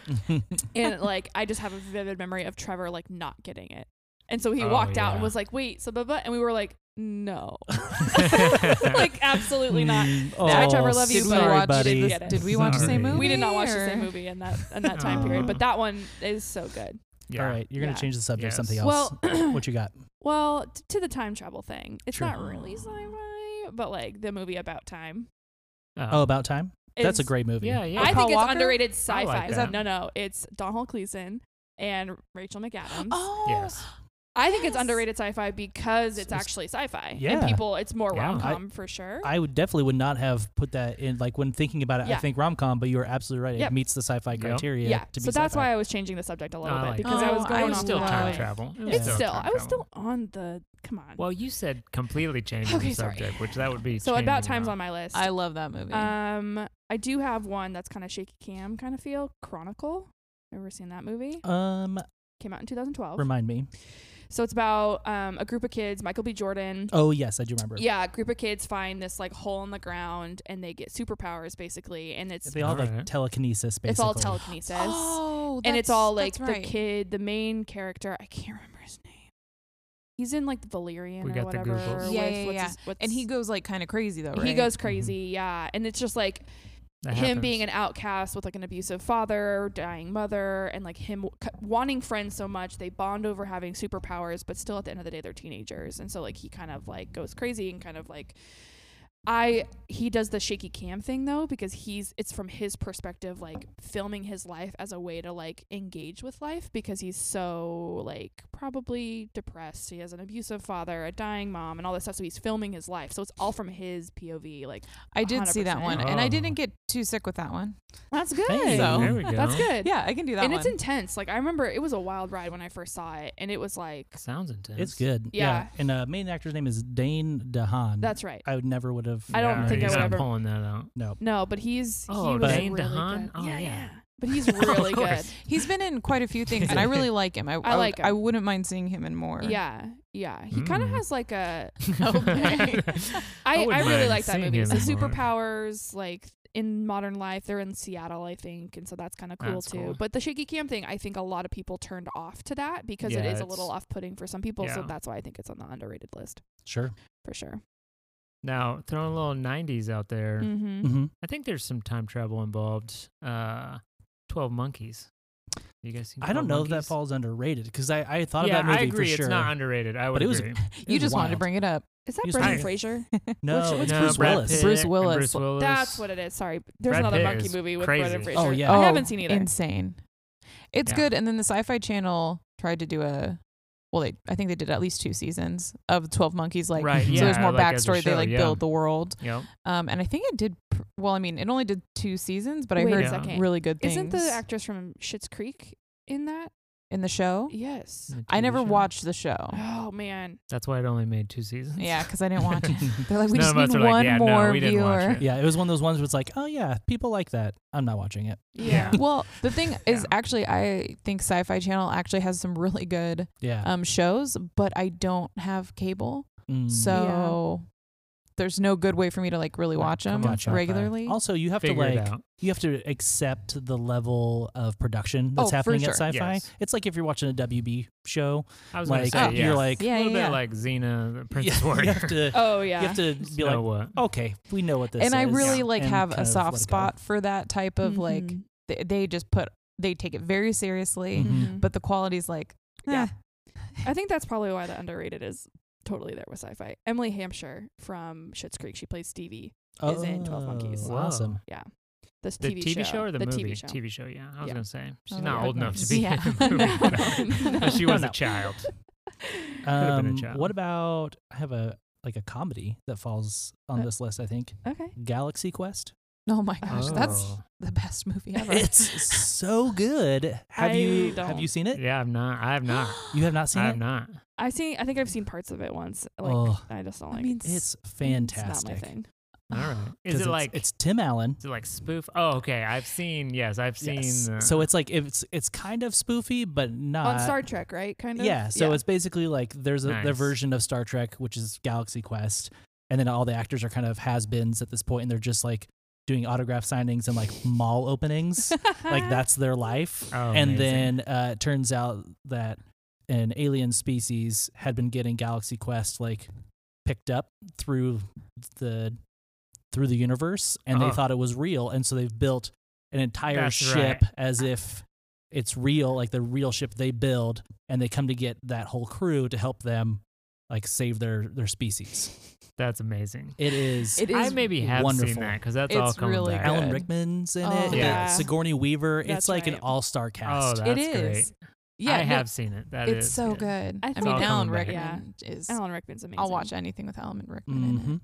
and like I just have a vivid memory of Trevor like not getting it, and so he
Oh,
walked out
yeah.
and was like, "Wait, so blah blah," and we were like, "No, like absolutely not."
Oh,
Sorry, Trevor, love you,
Did we
but-
sorry,
watch?
buddy.
didn't
Did,
get it.
did we watch the
Sorry.
same movie?
We did not watch the
or-
same movie in that in that time period,
Aw.
but that one is so good.
yeah.
All right, you're gonna
Yeah.
change the subject to something
Yes.
else.
Well,
what you got?
well, t- to the time travel thing, it's
True.
not really sci-fi, but like the movie about time.
Oh, about time. That's a
is-
great movie.
Uh, Yeah, yeah.
I think
Paul
it's
Walker?
underrated sci-fi.
like
Is
that.
that- no, no, it's Donald Gleason and Rachel McAdams.
Oh,
yes.
I think it's
yes.
underrated sci-fi because it's
It's-
actually sci-fi.
yeah.
and people, it's more
Yeah. I-
rom-com for sure.
I would definitely would not have put that in. Like when thinking about it, I
Yeah.
think rom com, but you are absolutely right. It
Yep.
meets the sci-fi
Yep.
criteria.
yeah,
to be
so that's
sci-fi.
why I was changing the subject a little
I
bit
like
because
that.
I was
Oh,
going
I
It was
on
still
the
time
Right.
travel. It was
It's
Yeah.
still.
time
I was
travel.
still on the. Come on.
Well, you said completely changing
Okay,
the
sorry.
subject, which that would be
so about
changing
times
the-
on my list.
I love that movie.
Um, I do have one that's kind of shaky cam kind of feel. Chronicle. Ever seen that movie?
Um,
Came out in 2012.
remind me.
So it's about um, a group of kids, Michael B. Jordan.
Oh yes, I do remember.
Yeah, a group of kids find this like hole in the ground and they get superpowers basically, and it's
They all have like
Alright.
telekinesis. Basically,
it's all telekinesis,
Oh,
and it's
that's-
all like
that's right.
the kid, the main character. I can't remember his name. He's in like Valerian
We
or
got the
whatever.
Googles. Oh,
Yeah,
with
yeah,
what's
yeah.
his- what's-
And he goes like kind of crazy though, right?
he goes
Mm-hmm.
crazy. Yeah, and it's just like
That
him
happens.
being an outcast with like an abusive father, dying mother, and like him w- c- wanting friends so much they bond over having superpowers, but still at the end of the day they're teenagers, and so like he kind of like goes crazy and kind of like I he does the shaky cam thing though because he's it's from his perspective like filming his life as a way to like engage with life because he's so like probably depressed he has an abusive father a dying mom and all this stuff so he's filming his life so it's all from his POV like
I did see that one,
100%.
and I
Oh.
didn't get too sick with that one.
that's good
Hey,
So-
there we go.
that's good
Yeah, I can do that
and
one.
it's intense. Like I remember it was a wild ride when I first saw it, and it was like
Sounds intense.
It's good.
Yeah.
And uh, main actor's name is Dane DeHaan.
that's right.
I would never would have.
I don't
Yeah,
think I
he's
would
not
ever-
pulling that out.
No.
No, but he's
Oh,
he was
Dane
really
DeHaan?
good.
Oh, yeah.
but he's
Of
really good.
course.
He's been in quite a few things, and I really like him. I, I,
like
would- I
him.
wouldn't mind seeing him in more.
Yeah, yeah. He kind of
Mm.
has like a.
Okay.
I, I
wouldn't
really
mind
like that
seeing
movie.
him
The
in more.
superpowers, like in modern life, they're in Seattle, I think, and so that's kind of cool
That's
too.
cool.
But the shaky cam thing, I think a lot of people turned off to that because it
Yeah,
is a
it's-
little off-putting for some people. So
Yeah.
that's why I think it's on the underrated list
Sure.
for sure.
Now throwing a little '90s out there.
Mm-hmm.
hmm
I think there's some time travel involved. Uh, Twelve Monkeys. You guys seen?
I
12
don't know if that
Monkeys?
falls underrated because I, I thought
yeah,
of that movie
I agree.
for sure.
It's not underrated. I would
it was-
agree.
It
You
was
just wanted to
wild.
bring it up.
Is that
He's
Brendan
tired.
Fraser?
No,
What's-
it's
No,
Bruce
Brad
Willis.
Pitt
Bruce
and
Willis.
Bruce Willis.
That's what it is. Sorry, there's
Brad
another
Pitt
monkey
is
movie with
crazy.
Brendan Fraser.
Oh, yeah.
I haven't seen either.
Insane. It's
Yeah.
good. And then the Sci Fi Channel tried to do a. Well, they, I think they did at least two seasons of Twelve Monkeys. Like,
Right,
so there's
yeah,
more
like, as a
backstory. they
show,
like
yeah.
build the world.
Yep.
Um, and I think it did. Pr- well, I mean, it only did two seasons, but I
Wait a
heard
second.
really good things.
Isn't the actress from Schitt's Creek in that?
in the show?
Yes.
The
I
TV
never
show.
watched the show.
Oh man.
That's why it only made two seasons.
Yeah, because I didn't watch it. They're like, we
None
just
of us
need
are like,
one
"Yeah, no,
more
we didn't watch
viewer.
it.
Yeah, it was one of those ones where it's like, oh yeah, people like that. I'm not watching it.
Yeah.
Well, the thing is,
Yeah.
actually, I think Sci Fi Channel actually has some really good
Yeah.
um, shows, but I don't have cable,
Uh,
Mm.
so there's no good way for me to like really
Right,
watch them
come on, Sci-Fi.
regularly. Oh,
Also, you have
Figure
to
it
like
out.
you have to accept the level of production that's
Oh, for
happening
sure.
at sci-fi.
Yes.
It's like if you're watching a WB show,
I was
like,
gonna
oh,
say, yeah.
you're like-
a
Yeah,
little
yeah, yeah.
bit like Xena, the Princess
you,
Warrior.
you have to
Oh yeah.
you have to be
know
like,
what?
Oh,
okay, we know what this is.
and I really
Yeah.
like
and
have
kind
a
of let
soft
it go.
spot for that type of like
Mhm.
th- they just put they take it very seriously,
Mhm.
Mhm.
but the quality's like
Yeah.
eh.
I think that's probably why the underrated is totally there with sci-fi. Emily Hampshire from Schitt's Creek. She plays Stevie. is in 12 Monkeys.
Oh, Awesome.
This
The
TV,
TV show or the, movie?
TV show.
yeah. I was
Yeah.
gonna say she's
Oh,
not
yeah.
old enough to
Nice.
be
Yeah.
in the movie.
No.
but she was
No.
a child. Could've been a
Um,
child.
what about I have a like a comedy that falls on
Uh,
this list? I think
Okay.
Galaxy Quest.
oh my gosh, that's
Oh.
the best movie ever.
It's so good. Have
I
you have
don't.
you seen it?
yeah. I've not. I have not.
You have not seen
I
it.
have not.
I seen. I think I've seen parts of it once. Like
Oh.
I just don't
I
like.
mean,
It's
it's not my
fantastic.
thing.
All right. Is it
'Cause it's-
like
it's Tim Allen?
is it like spoof? Oh, okay. I've seen. Yes, I've seen.
Yes.
The,
So it's like it's it's kind of spoofy, but
Uh,
not.
On Star Trek, right? Kind of.
yeah, so it's basically like there's a, the
Nice.
version of Star Trek, which is Galaxy Quest, and then all the actors are kind of has-beens at this point, and they're just like doing autograph signings and like mall openings,
Uh-huh.
like that's their life.
Oh,
and
amazing.
then uh, it turns out that an alien species had been getting Galaxy Quest like picked up through the through the universe, and they
Oh.
thought it was real, and so they've built an entire
That's
ship
right.
as if it's real, like the real ship they build, and they come to get that whole crew to help them like save their their species.
that's amazing.
It is.
It
I
is
maybe have
wonderful.
seen that because that's all
It's
coming
really
back.
good.
Alan Rickman's in
Oh,
it.
Yeah.
Sigourney Weaver. it's
That's
like an
right.
all-star
Oh,
cast.
that's
it is.
great.
Yeah,
I
no,
have seen it. That
it's
is
so
good.
good.
I
I,
think- Mm-hmm.
mean,
It's all
Alan
coming back.
Rickman is.
Alan Rickman's amazing.
I'll watch anything with Alan Rickman. In
Mm-hmm.
hmm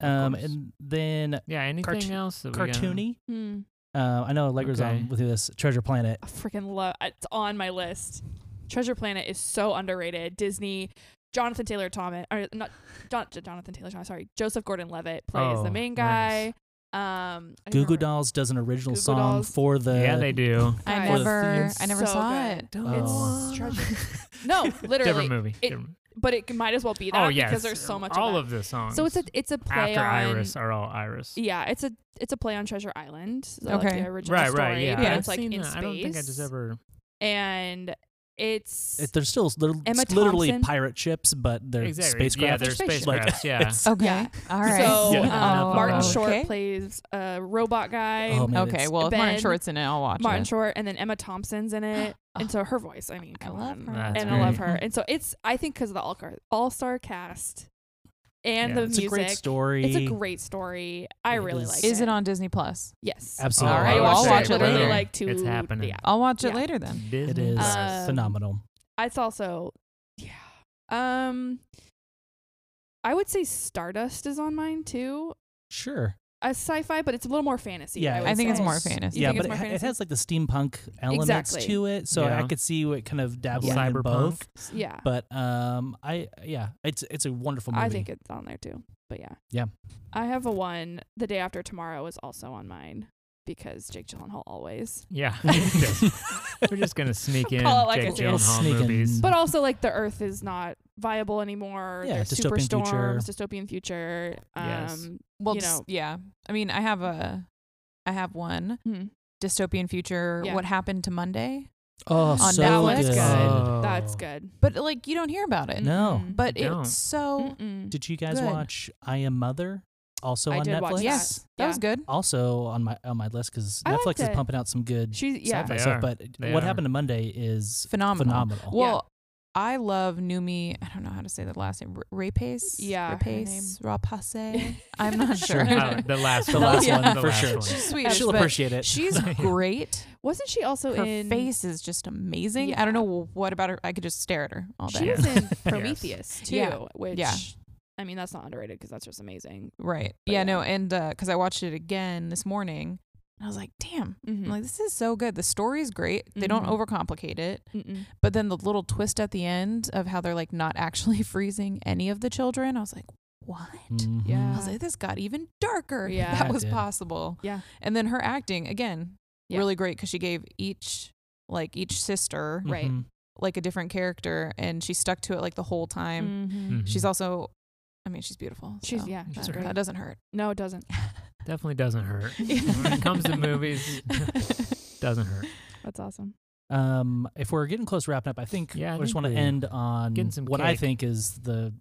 it.
Um,
course.
and then
Yeah. Anything
Cart-
else? That we got?
cartoony.
Hmm.
Uh, I know Allegra's
Okay.
on with this Treasure Planet.
I freaking love it's on my list. Treasure Planet is so underrated. Disney, Jonathan Taylor Thomas, or not John, Jonathan Taylor Thomas, sorry, Joseph Gordon Levitt plays
Oh,
the main
nice.
guy. Um,
Goo
I
Goo
remember-
Dolls does an original
Goo Goo
song
Dolls.
for the.
yeah, they do.
I
Guys,
For the
never,
themes.
I never
so
saw
good.
it.
Oh.
It's tragic. No, literally.
Different movie.
It-
Different-
But it might as well be that
oh yes,
because there's so much.
All
of,
of the songs.
that. so it's a it's a play
after
on
Iris are all Iris.
Yeah, it's a it's a play on Treasure Island. So Like
Okay.
the original
Right,
story,
right, yeah.
But
Yeah.
it's like
I've seen
in
that.
space.
I don't think I just ever.
And it's
It, they're still they're
Emma
it's literally
Thompson.
pirate ships, but they're
Exactly. Yeah,
spacecraft.
they're
Spaceship.
spacecrafts.
Like,
Yeah.
it's-
Okay.
Yeah.
All right.
so
Yeah.
um,
Oh,
Martin
okay.
Short plays a robot guy.
oh, man,
Okay.
it's-
Well, if Martin
Ben-
Short's in it, I'll watch
Martin
it.
Short, and then Emma Thompson's in it, and so her voice. I mean,
I
come
love
on.
her.
That's
and I love
great.
her. And so it's I think because of the all all star cast and
Yeah.
the
it's
music.
a great story.
It's a great story. I
It
really
is.
like.
Is it on Disney Plus?
Yes.
Absolutely.
All
right, well, I'll watch it
literally,
later.
Like two.
It's happening.
Yeah.
I'll watch it
Yeah.
later then.
It is
Um,
phenomenal.
It's also. Yeah. Um. I would say Stardust is on mine too.
Sure.
A sci-fi, but it's a little more fantasy.
Yeah,
I, would
I think it's
say.
more fantasy.
yeah,
think
but
it's
it,
more
ha- it
fantasy?
has like the steampunk elements
Exactly.
to it, so I
Yeah.
could see what kind of dabbling in
Cyberpunk.
both.
Yeah.
But um, I yeah, it's it's a wonderful movie.
I think it's on there too. But yeah.
Yeah.
I have a one. The day after tomorrow is also on mine because Jake Gyllenhaal always.
Yeah. We're just gonna sneak in
Call it like
Jake
I did.
Gyllenhaal
Sneak in.
movies.
But also like the Earth is not viable anymore.
Yeah,
There's
dystopian
superstorms, dystopian future. Um
Yes.
Well,
You
just-
know.
yeah. I mean, I have a, I have one
hmm,
dystopian future.
Yeah.
What happened to Monday?
oh,
on
so
that one,
good.
it's
good.
that's good.
But like, you don't hear about it.
No.
Mm-mm.
But
You don't.
it's so.
Mm-mm.
Did you guys
Good.
watch I Am Mother? Also
I
on
did
Netflix.
watch that.
Yes, that
Yeah.
was good.
Also on my on my list because
I liked
Netflix is
it.
pumping out some good
She yeah.
sci-fi
They
stuff.
are.
But
They
what
are.
happened to Monday is
Phenomenal.
phenomenal.
Well, I love Numi. I don't know how to say the last name. R- Rapace.
Yeah, her
Rapace. Rapace. I'm not sure.
Sure.
Uh, the last
The
one.
last
Yeah.
one
the
for
last
sure.
one.
She's Swedish,
She'll
but
appreciate it.
She's great.
Wasn't she also
her
in
face is just amazing. I don't
Yeah.
know what about her. I could just stare at her all day.
She was in Prometheus too,
Yeah.
which
Yeah.
I mean that's not underrated because that's just amazing.
Right.
But
Yeah,
yeah.
no, and because I watched it again this morning, and I was like, damn.
Mm-hmm.
I'm like, this is so good. The story's great. They don't
Mhm.
overcomplicate it. But then the little twist at the end of how they're like not actually freezing any of the children, I was like, what?
Mhm.
I
Yeah.
was like, this got even darker. if
Mm-hmm. Yeah.
That
Yeah, it
was
did.
possible.
Yeah.
And then her acting, again,
Yeah.
really great because she gave each, like, each sister,
Right.
Mhm.
like a different character and she stuck to it like the whole time.
Hmm.
Mhm.
She's also, I mean, she's beautiful.
Mm-hmm. She's
so
yeah,
She's
she's
that,
great.
great.
that doesn't hurt.
No, it doesn't.
Definitely doesn't hurt. When it comes to movies, doesn't hurt.
That's awesome.
Um, if we're getting close to wrapping up, I think
Yeah, I
I just
think
want to
we-
end on
getting some
what I
cake.
think is the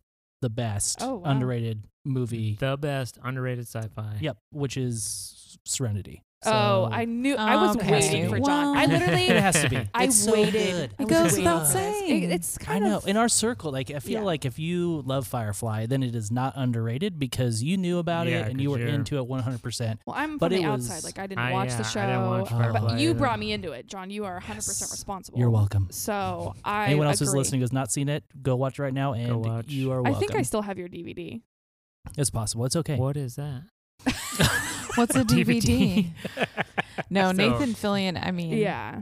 the best
Oh, wow.
underrated movie.
The best underrated sci-fi.
Yep, which is Serenity.
oh,
So-
I knew. I was
Okay.
waiting for John. I
Well-
literally.
it has to be.
I
It's so
waited.
good.
It
I was
goes
waiting
without
for this.
saying.
It, it's
I
kind
know.
of
In our circle, like I feel
Yeah.
like if you love Firefly, then it is not underrated because you knew about
Yeah,
it and you
'cause
were
you're-
into it 100%.
Well, I'm
But
from the
it was-
outside. Like I didn't
I-
watch
yeah,
the
I
show,
didn't watch
but
Firefly
you
either.
brought me into it, John. You are 100 percent
Yes.
responsible.
You're welcome.
So I.
Anyone else who's
agree.
listening who's not seen it, go watch it right now and
watch.
you are
I
welcome.
think I still have your DVD.
it's possible. It's okay.
What is that?
What's a DVD? no,
So-
Nathan Fillion, I mean,
Yeah,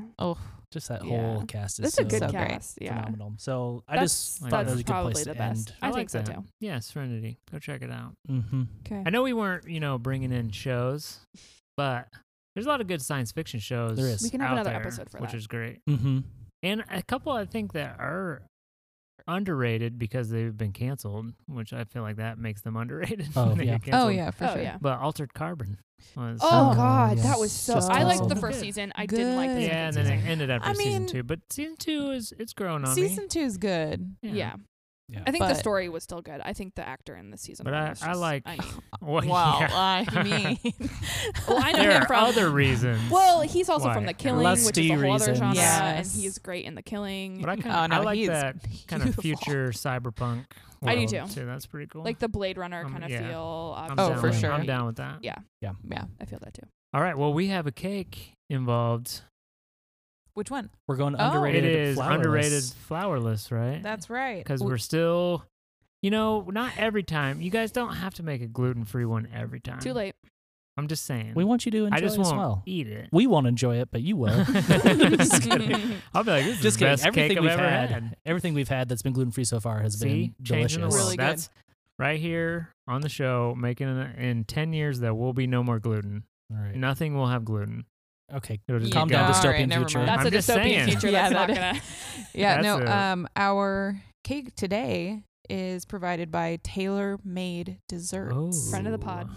Just that
Yeah.
whole cast is
that's
so
a good
so great.
cast. Yeah,
phenomenal. So I
That's-
just thought
that's
that was a good
probably
place
the
to
best.
end.
I
like
think so,
that.
too.
Yeah, Serenity. Go check it out.
Mm-hmm.
Okay.
I know we weren't, you know, bringing in shows, but there's a lot of good science fiction shows.
There is. We
can have
out
another
there,
episode for
which
that.
is great.
Mm-hmm.
And a couple I think that are underrated because they've been canceled, which I feel like that makes them underrated.
Oh,
when they
yeah.
get
Oh,
canceled.
yeah, for
oh
sure.
yeah.
But Altered Carbon was. uh,
Oh,
Oh,
God,
yes.
that was so.
Just
I liked
awesome.
the first
Good.
season. I didn't like the
Good.
second
Yeah, and then
season.
it ended after
I
season
mean-
two, but season two is it's grown on
Season two is good.
me.
yeah. I think the
But-
story was still good. I think the actor in the season.
But
one
I-
was
I
just-
like-
I mean,
Well,
Wow.
yeah.
I mean,
well, I know
there
him
are
from
other reasons.
Well, he's also
Why?
from The Killing, which is
Lusty
a whole other
reasons.
genre,
Yes.
and he's great in The Killing.
but I kind of
Oh, no,
I like
he's
that kind of
beautiful.
future cyberpunk.
I do
world,
too.
That's pretty cool.
like the Blade Runner
Um,
kind of
yeah.
feel.
I'm
Oh,
down
for
with-
sure.
I'm down with that.
Yeah.
yeah.
I feel that too.
All right. Well, we have a cake involved.
Which one?
We're going
Oh.
underrated.
it is
flowerless.
underrated flowerless, right?
That's right.
because we're still, you know, not every time. You guys don't have to make a gluten free one every time.
Too late.
I'm just saying.
We want you to enjoy
I just
it
won't
as well.
eat it.
We won't enjoy it, but you will.
Just kidding. I'll be like, this is
Just
the
kidding.
best
Everything
cake I've
we've
ever
had,
had.
everything we've had that's been gluten free so far has
See,
been delicious.
Changing the world.
Really good.
That's right here on the show, making an, in 10 years there will be no more gluten.
All right.
Nothing will have gluten.
Okay.
It'll just
Calm
be
down,
gone.
All right,
dystopian
never
future.
mind.
That's
I'm
a
just saying.
dystopian future.
Yeah,
that's not
that-
gonna.
Yeah, no.
That's a-
um, our cake today is provided by Tailor Made Desserts.
Oh.
Friend of the pod.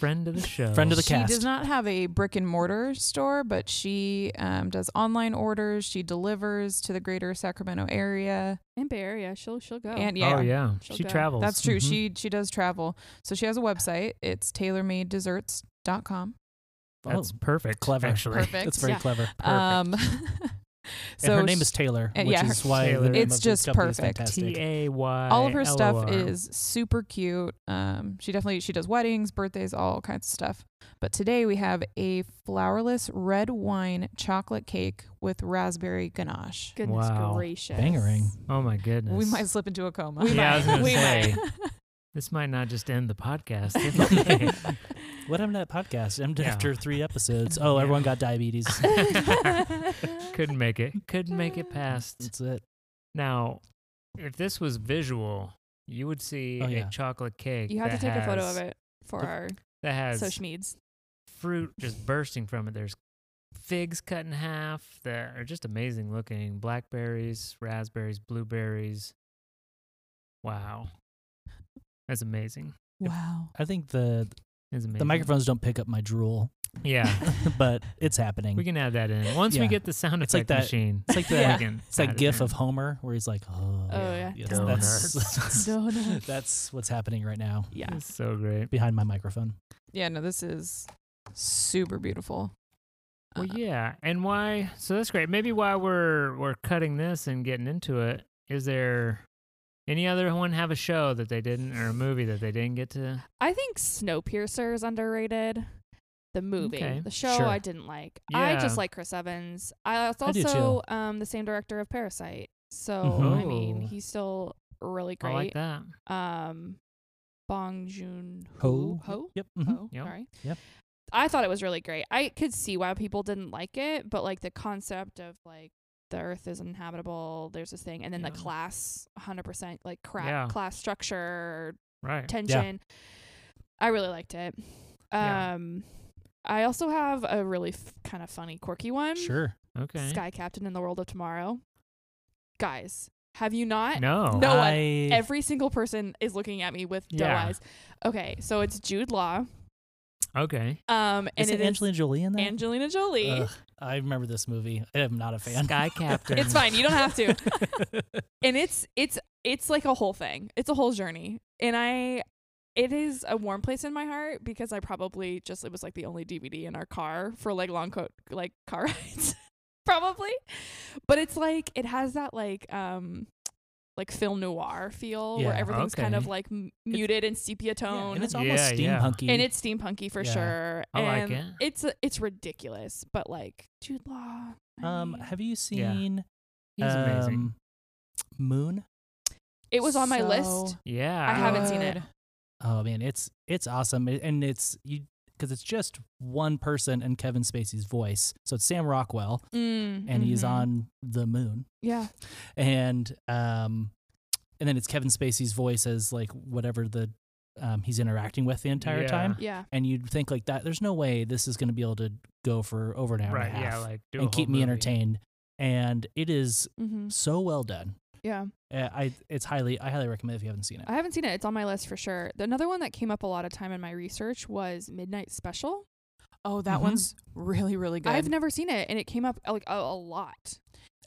Friend of the show.
Friend of the
She
Cast.
does not have a brick and mortar store, but she um, does online orders. She delivers to the greater Sacramento area,
In Bay Area, she'll she'll go.
and
Oh yeah,
She'll
she
go.
travels.
That's true.
Mhm.
She she does travel. So she has a website. It's tailormadedesserts.com.
That's
Oh,
perfect.
clever.
actually.
Perfect.
that's very
Yeah.
clever.
Um
And her name
sh-
is Taylor,
uh,
which
yeah, her-
is why
Taylor.
the name
It's
of
just
this company is
perfect.
fantastic.
T A Y.
all of her stuff
L O R.
is super cute. Um she definitely she does weddings, birthdays, all kinds of stuff. But today we have a flourless red wine chocolate cake with raspberry ganache.
Goodness
Wow.
gracious.
Bangering.
Oh my goodness.
We might slip into a coma.
yeah, I was gonna
We
say
might.
this might not just end the podcast. It's okay.
What happened to that podcast? Em-
E. Yeah.
After three episodes, oh,
Yeah.
everyone got diabetes.
Couldn't make it. Couldn't make it past.
That's it.
Now, if this was visual, you would see
Oh, yeah.
a chocolate cake.
You have to
that
take a photo
has-
of it for
The-
our
That has
social meds.
fruit just bursting from it. There's figs cut in half that are just amazing looking. Blackberries, raspberries, blueberries. Wow. That's amazing.
Wow.
I think the
That's amazing.
the microphones don't pick up my drool,
Yeah.
but it's happening.
We can add that in. Once we
Yeah.
get the sound
It's like
effect
that-
machine.
it's like
we
that.
can
It's that
add it
GIF
in.
of Homer where he's like, oh,
Oh, yeah.
yes,
Donuts.
that's
Donuts.
that's what's happening right now
Yeah.
It's so great.
behind my microphone.
Yeah, no, this is super beautiful.
Well,
Uh,
yeah, and why? So that's great. Maybe why we're we're cutting this and getting into it. Is there any other one have a show that they didn't or a movie that they didn't get to?
I think Snowpiercer is underrated. The movie,
Okay.
the show,
Sure.
I didn't like. I
Yeah.
just like Chris Evans. I it's
I do
also um, the same director of Parasite, so
Mhm.
I mean
Oh.
he's still really
I like
great.
that.
um, Bong Joon
Ho.
Ho.
Yep. mhm.
Oh,
Yep.
sorry.
Yep.
I thought it was really great. I could see why people didn't like it, but like the concept of like the earth is inhabitable, there's this thing, and then the
Yeah.
class 100% like crap
Yeah.
class structure
Right.
tension. I really liked it.
Yeah.
Um I also have a really f- kind of funny quirky one.
Sure.
Okay.
Sky Captain in the World of Tomorrow. Guys, have you not?
No.
No one
I,
Every single person is looking at me with doe
Yeah.
eyes. Okay, so it's Jude Law.
Okay.
Um, and
is it
it is
Angelina Uh, Jolie in that?
Angelina Jolie.
Ugh, I remember this movie. I am not a fan.
Sky Captain.
It's fine. You don't have to. and it's it's it's like a whole thing. It's a whole journey. And I it is a warm place in my heart because I probably just it was like the only DVD in our car for like long coat like car rides. probably. But it's like it has that like um like film noir feel where
Yeah,
everything's kind of
okay.
like m- muted and sepia tone.
and it's
Yeah,
almost
yeah.
steampunky.
and it's steampunky for
Yeah.
sure.
I like
and
it.
It's it's ridiculous, but like Jude Law. I
um.
mean-
Have you seen
He's amazing.
um, Moon?
It was on my list.
So-
Yeah.
I haven't seen it.
Good.
Oh man, it's it's awesome, It- and it's you because it's just one person and Kevin Spacey's voice. So it's Sam Rockwell,
Mm,
and he's
mhm.
on the moon,
Yeah.
and um, and then it's Kevin Spacey's voice as like whatever the um he's interacting with the entire
Yeah.
time.
Yeah.
And you'd think like that. There's no way this is going to be able to go for over an hour
Right.
and a half
Yeah. Like do a
and keep
whole
me
movie.
entertained. And it is
Mm-hmm.
so well done.
Yeah.
Uh, I it's highly I highly recommend if you haven't seen
Uh,
it.
I haven't seen it. It's on my list for sure. The- Another one that came up a lot of time in my research was Midnight Special.
Oh, that
Mhm.
one's really, really good.
I've never seen it, and it came up uh, like a, a lot.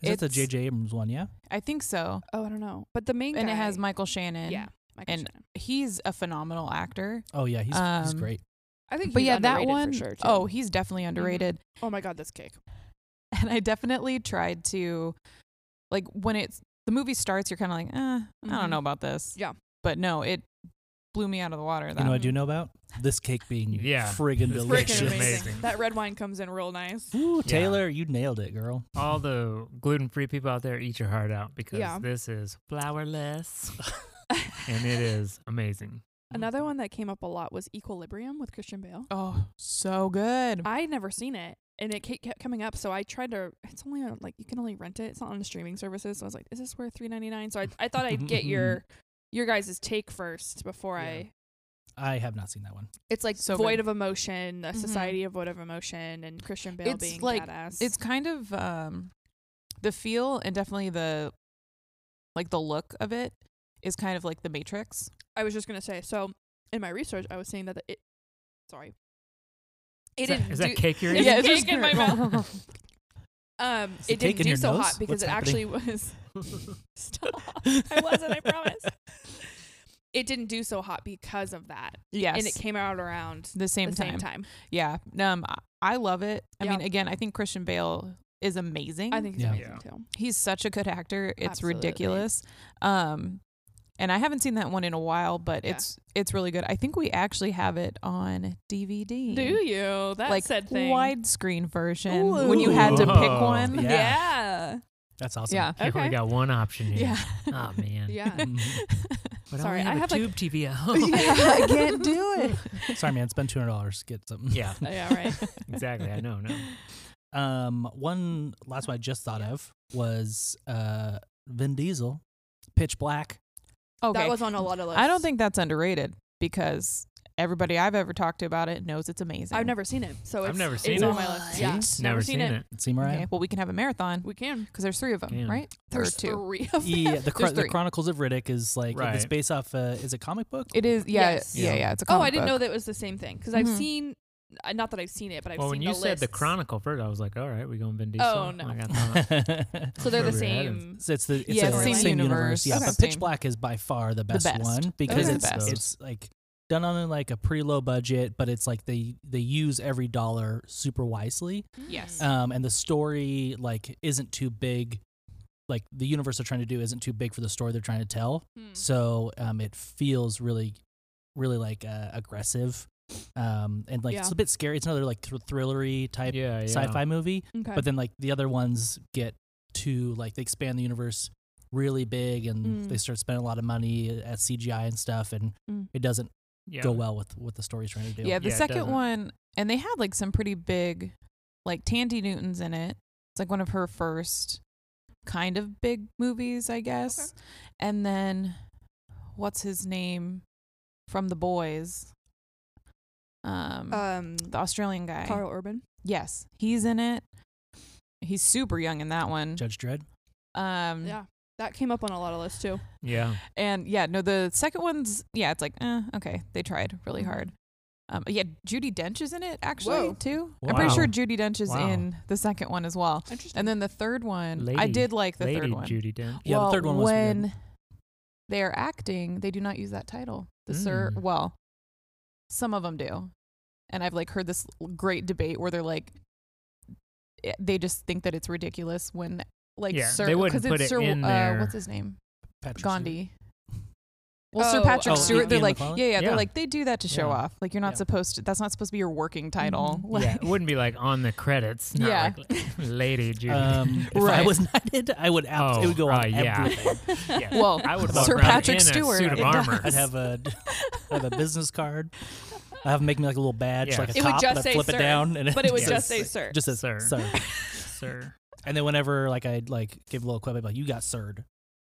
Is it the
it's-
J.J. Abrams one? Yeah.
I think so.
Oh, I don't know. But the main
And
guy,
it has Michael Shannon.
yeah, Michael
and-
Shannon.
He's a phenomenal actor.
Oh yeah, he's he's
Um,
great.
I think,
but
he's
yeah, that
underrated for
one
sure, too.
oh, he's definitely underrated.
oh my God, this cake.
And I definitely tried to like when it's the movie starts, you're kinda like, eh, I
Mhm.
don't know about this.
Yeah.
But no, it blew me out of the water that
You know what I
one.
do know about? This cake being
Yeah.
friggin'
This
delicious.
Freaking
Freaking
amazing.
amazing. That red wine comes in real nice.
Ooh, Taylor, you nailed it, girl.
All the gluten-free people out there, eat your heart out because
Yeah.
this is flourless, and it is amazing.
Mm-hmm.
Another one that came up a lot was Equilibrium with Christian Bale.
Oh, so good.
I had never seen it, and it ke- kept coming up. So I tried to. It's only on, like you can only rent it. It's not on the streaming services. So I was like, is this worth three ninety nine? So I I thought I'd get your your guys' take first before I.
I have not seen that one.
It's like
So
void
good.
of emotion, the
Mhm.
Society of Void of Emotion, and Christian Bale
It's
being
like-
badass.
It's kind of um the feel and definitely the like the look of it is kind of like the Matrix.
I was just gonna say. So in my research, I was saying that the, it. Sorry. It
Is that,
didn't
is that
do-
cake you're
It's
eating?
Yeah, it's
cake
just-
in my mouth. um,
Is the cake
it didn't
in
do
your
so
nose?
hot
What's
because it
happening?
actually was. Stop. I wasn't. I promise. It didn't do so hot because of that,
Yes.
and it came out around
the same
the
time.
same time.
Yeah. Um I- I love it. I
Yeah.
mean again, I think Christian Bale is amazing.
I think it's
Yeah.
amazing
Yeah.
too.
he's such a good actor. It's
Absolutely.
ridiculous. Um and I haven't seen that one in a while, but
Yeah.
it's it's really good. I think we actually have it on DVD.
Do you? That
like
said thing.
widescreen version when you had to pick
Ooh.
one.
Yeah.
Yeah.
That's awesome.
Yeah.
You only
Okay.
got one option here.
Yeah.
Oh man.
Yeah.
Mhm.
But
Sorry,
I only
I
have,
have,
a
like-
tube TV at home.
I can't do it.
Sorry, man. Spend two hundred dollars. Get something.
yeah,
yeah. Right.
exactly. I know. No.
Um, one last one I just thought of was uh Vin Diesel, Pitch Black.
Okay.
That was on a lot of lists.
I don't think that's underrated because everybody I've ever talked to about it knows it's amazing.
I've never seen it, so
I've
it's,
never seen
it's
it.
on my list. Yeah,
What?
Never, seen, it.
Seem right?
Okay, well, we can have a marathon
We can.
because there's three of them,
Yeah.
right?
There's
or two.
three of them.
Yeah, the, chro-
There's
the
three.
Chronicles of Riddick is like if it's
Right.
based off. Uh, is it comic book?
It is. Yeah.
Yes.
Yeah.
Yeah.
Yeah. It's a
Oh,
comic
I didn't
book.
know that it was the same thing because I've
Mhm.
seen, uh, not that I've seen it, but I've
Well,
seen
when you
the
said the
lists.
Chronicle first, I was like, all right, we going Vin Diesel.
Oh, no.
Like, I thought-
So they're the
Sure, we had him.
same.
So it's the it's
Yeah,
the
same
same,
universe.
universe. Yeah,
Okay.
but Pitch
Same.
Black is by far the best,
best.
one because
Okay.
it's
The best.
it's like done on like a pretty low budget, but it's like they they use every dollar super wisely.
Yes.
Um, and the story like isn't too big. Like the universe they're trying to do isn't too big for the story they're trying to tell.
Hmm.
So um, it feels really, really like uh, aggressive, um, and like it's
Yeah.
a bit scary. It's another like thr- thrillery type
yeah, yeah.
sci-fi movie,
Uh,
Okay.
but then like the other ones get to like they expand the universe really big, and
Mm.
they start spending a lot of money uh, at CGI and stuff, and
Mm.
it doesn't
Yeah.
go well with what the story's trying to do.
Yeah. The
Yeah, it
second
doesn't.
one, and they had like some pretty big, like Tandy Newton's in it. It's like one of her first kind of big movies, I guess. And then what's his name from The Boys? Um,
um,
the Australian guy.
Carl Urban.
Yes, he's in it. He's super young in that one.
Judge Dredd.
Um,
Yeah, that came up on a lot of lists too.
Yeah.
and yeah, no, the second one's yeah, it's like, eh, okay, they tried really hard. Um, yeah, Judy Dench is in it actually
Whoa.
too. I'm pretty
Wow.
sure Judy Dench is
Wow.
in the second one as well.
Interesting.
And then the third one, I
Lady-
did like the
Lady
third one.
Judy Dench.
Yeah, the
Well,
third one was weird.
when they are acting, they do not use that title. The sir,
Mm.
well, some of them do, and I've like heard this l- great debate where they're like, i- they just think that it's ridiculous when like
Yeah,
sir,
they wouldn't
because
put
it's
it
sir,
in
uh,
there.
what's his name?
Patrick Stewart.
Gandhi. Well, Sir
Oh,
Patrick
oh,
Stewart, they're
Ian
like, yeah,
McClellan?
yeah,
Yeah.
they're like, they do that to show
Yeah.
off. Like, you're not
Yeah.
supposed to, that's not supposed to be your working title.
Mhm.
Like,
yeah, it wouldn't be like on the credits. Not
Yeah.
like Lady Judy.
Um, if I
Right.
was knighted, I would. Abs-
Oh,
it would go
right,
on
yeah.
everything.
yeah.
Well,
I would walk
Sir
around
Patrick
in
Stewart.
a suit of
It
armor.
I'd have a I'd have a business card. I have make me like a little badge,
Yeah.
like a
It would
cop,
just
and I'd
say
flip
sir,
it down, and
but it would
Yeah.
just say
says-
sir.
just says
Sir.
sir.
Sir.
And then whenever like I'd like give a little quip, I'd be like, "You got sirred."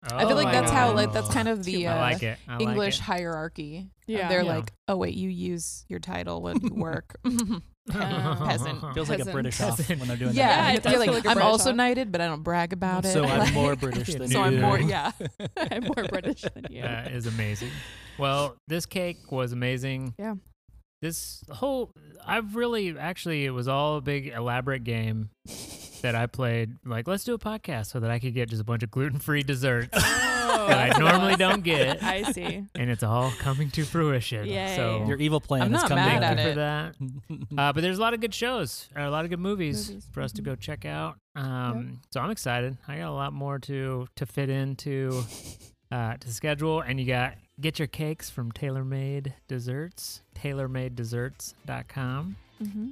I feel like
Oh.
that's how, like, that's kind of the
I
uh,
like it. I
English
Like
hierarchy.
Yeah.
They're
Yeah.
like, oh, wait, you use your title when you work.
it.
uh,
peasant.
Oh.
Feels like a
Peasant.
British off
Peasant.
when they're
yeah.
doing
Yeah,
that.
it does
you're like,
feel like a
I'm
British
also
op.
knighted, but I don't brag about it.
So
Like,
I'm more British than
so I'm
you.
more, yeah.
I'm more British than you.
That is amazing. Well, this cake was amazing.
Yeah.
This whole, I've really, actually, it was all a big elaborate game that I played. Like, let's do a podcast so that I could get just a bunch of gluten free desserts
Oh,
that I normally don't get.
I see.
And it's all coming to fruition.
Yay.
So,
Your evil plan
I'm
is
not
coming
mad
thank
at
you
it.
for that. Uh, but there's a lot of good shows, or a lot of good movies,
Movies,
for us to
mhm.
go check out. Um, So I'm excited. I got a lot more to to fit into uh, to schedule, and you got get your cakes from TaylorMade Desserts, TaylorMadeDesserts.com.
Mm-hmm.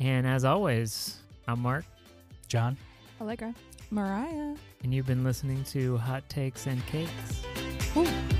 And as always, I'm Mark,
John.
I like her.
Mariah.
and you've been listening to Hot Takes and Cakes.
Ooh.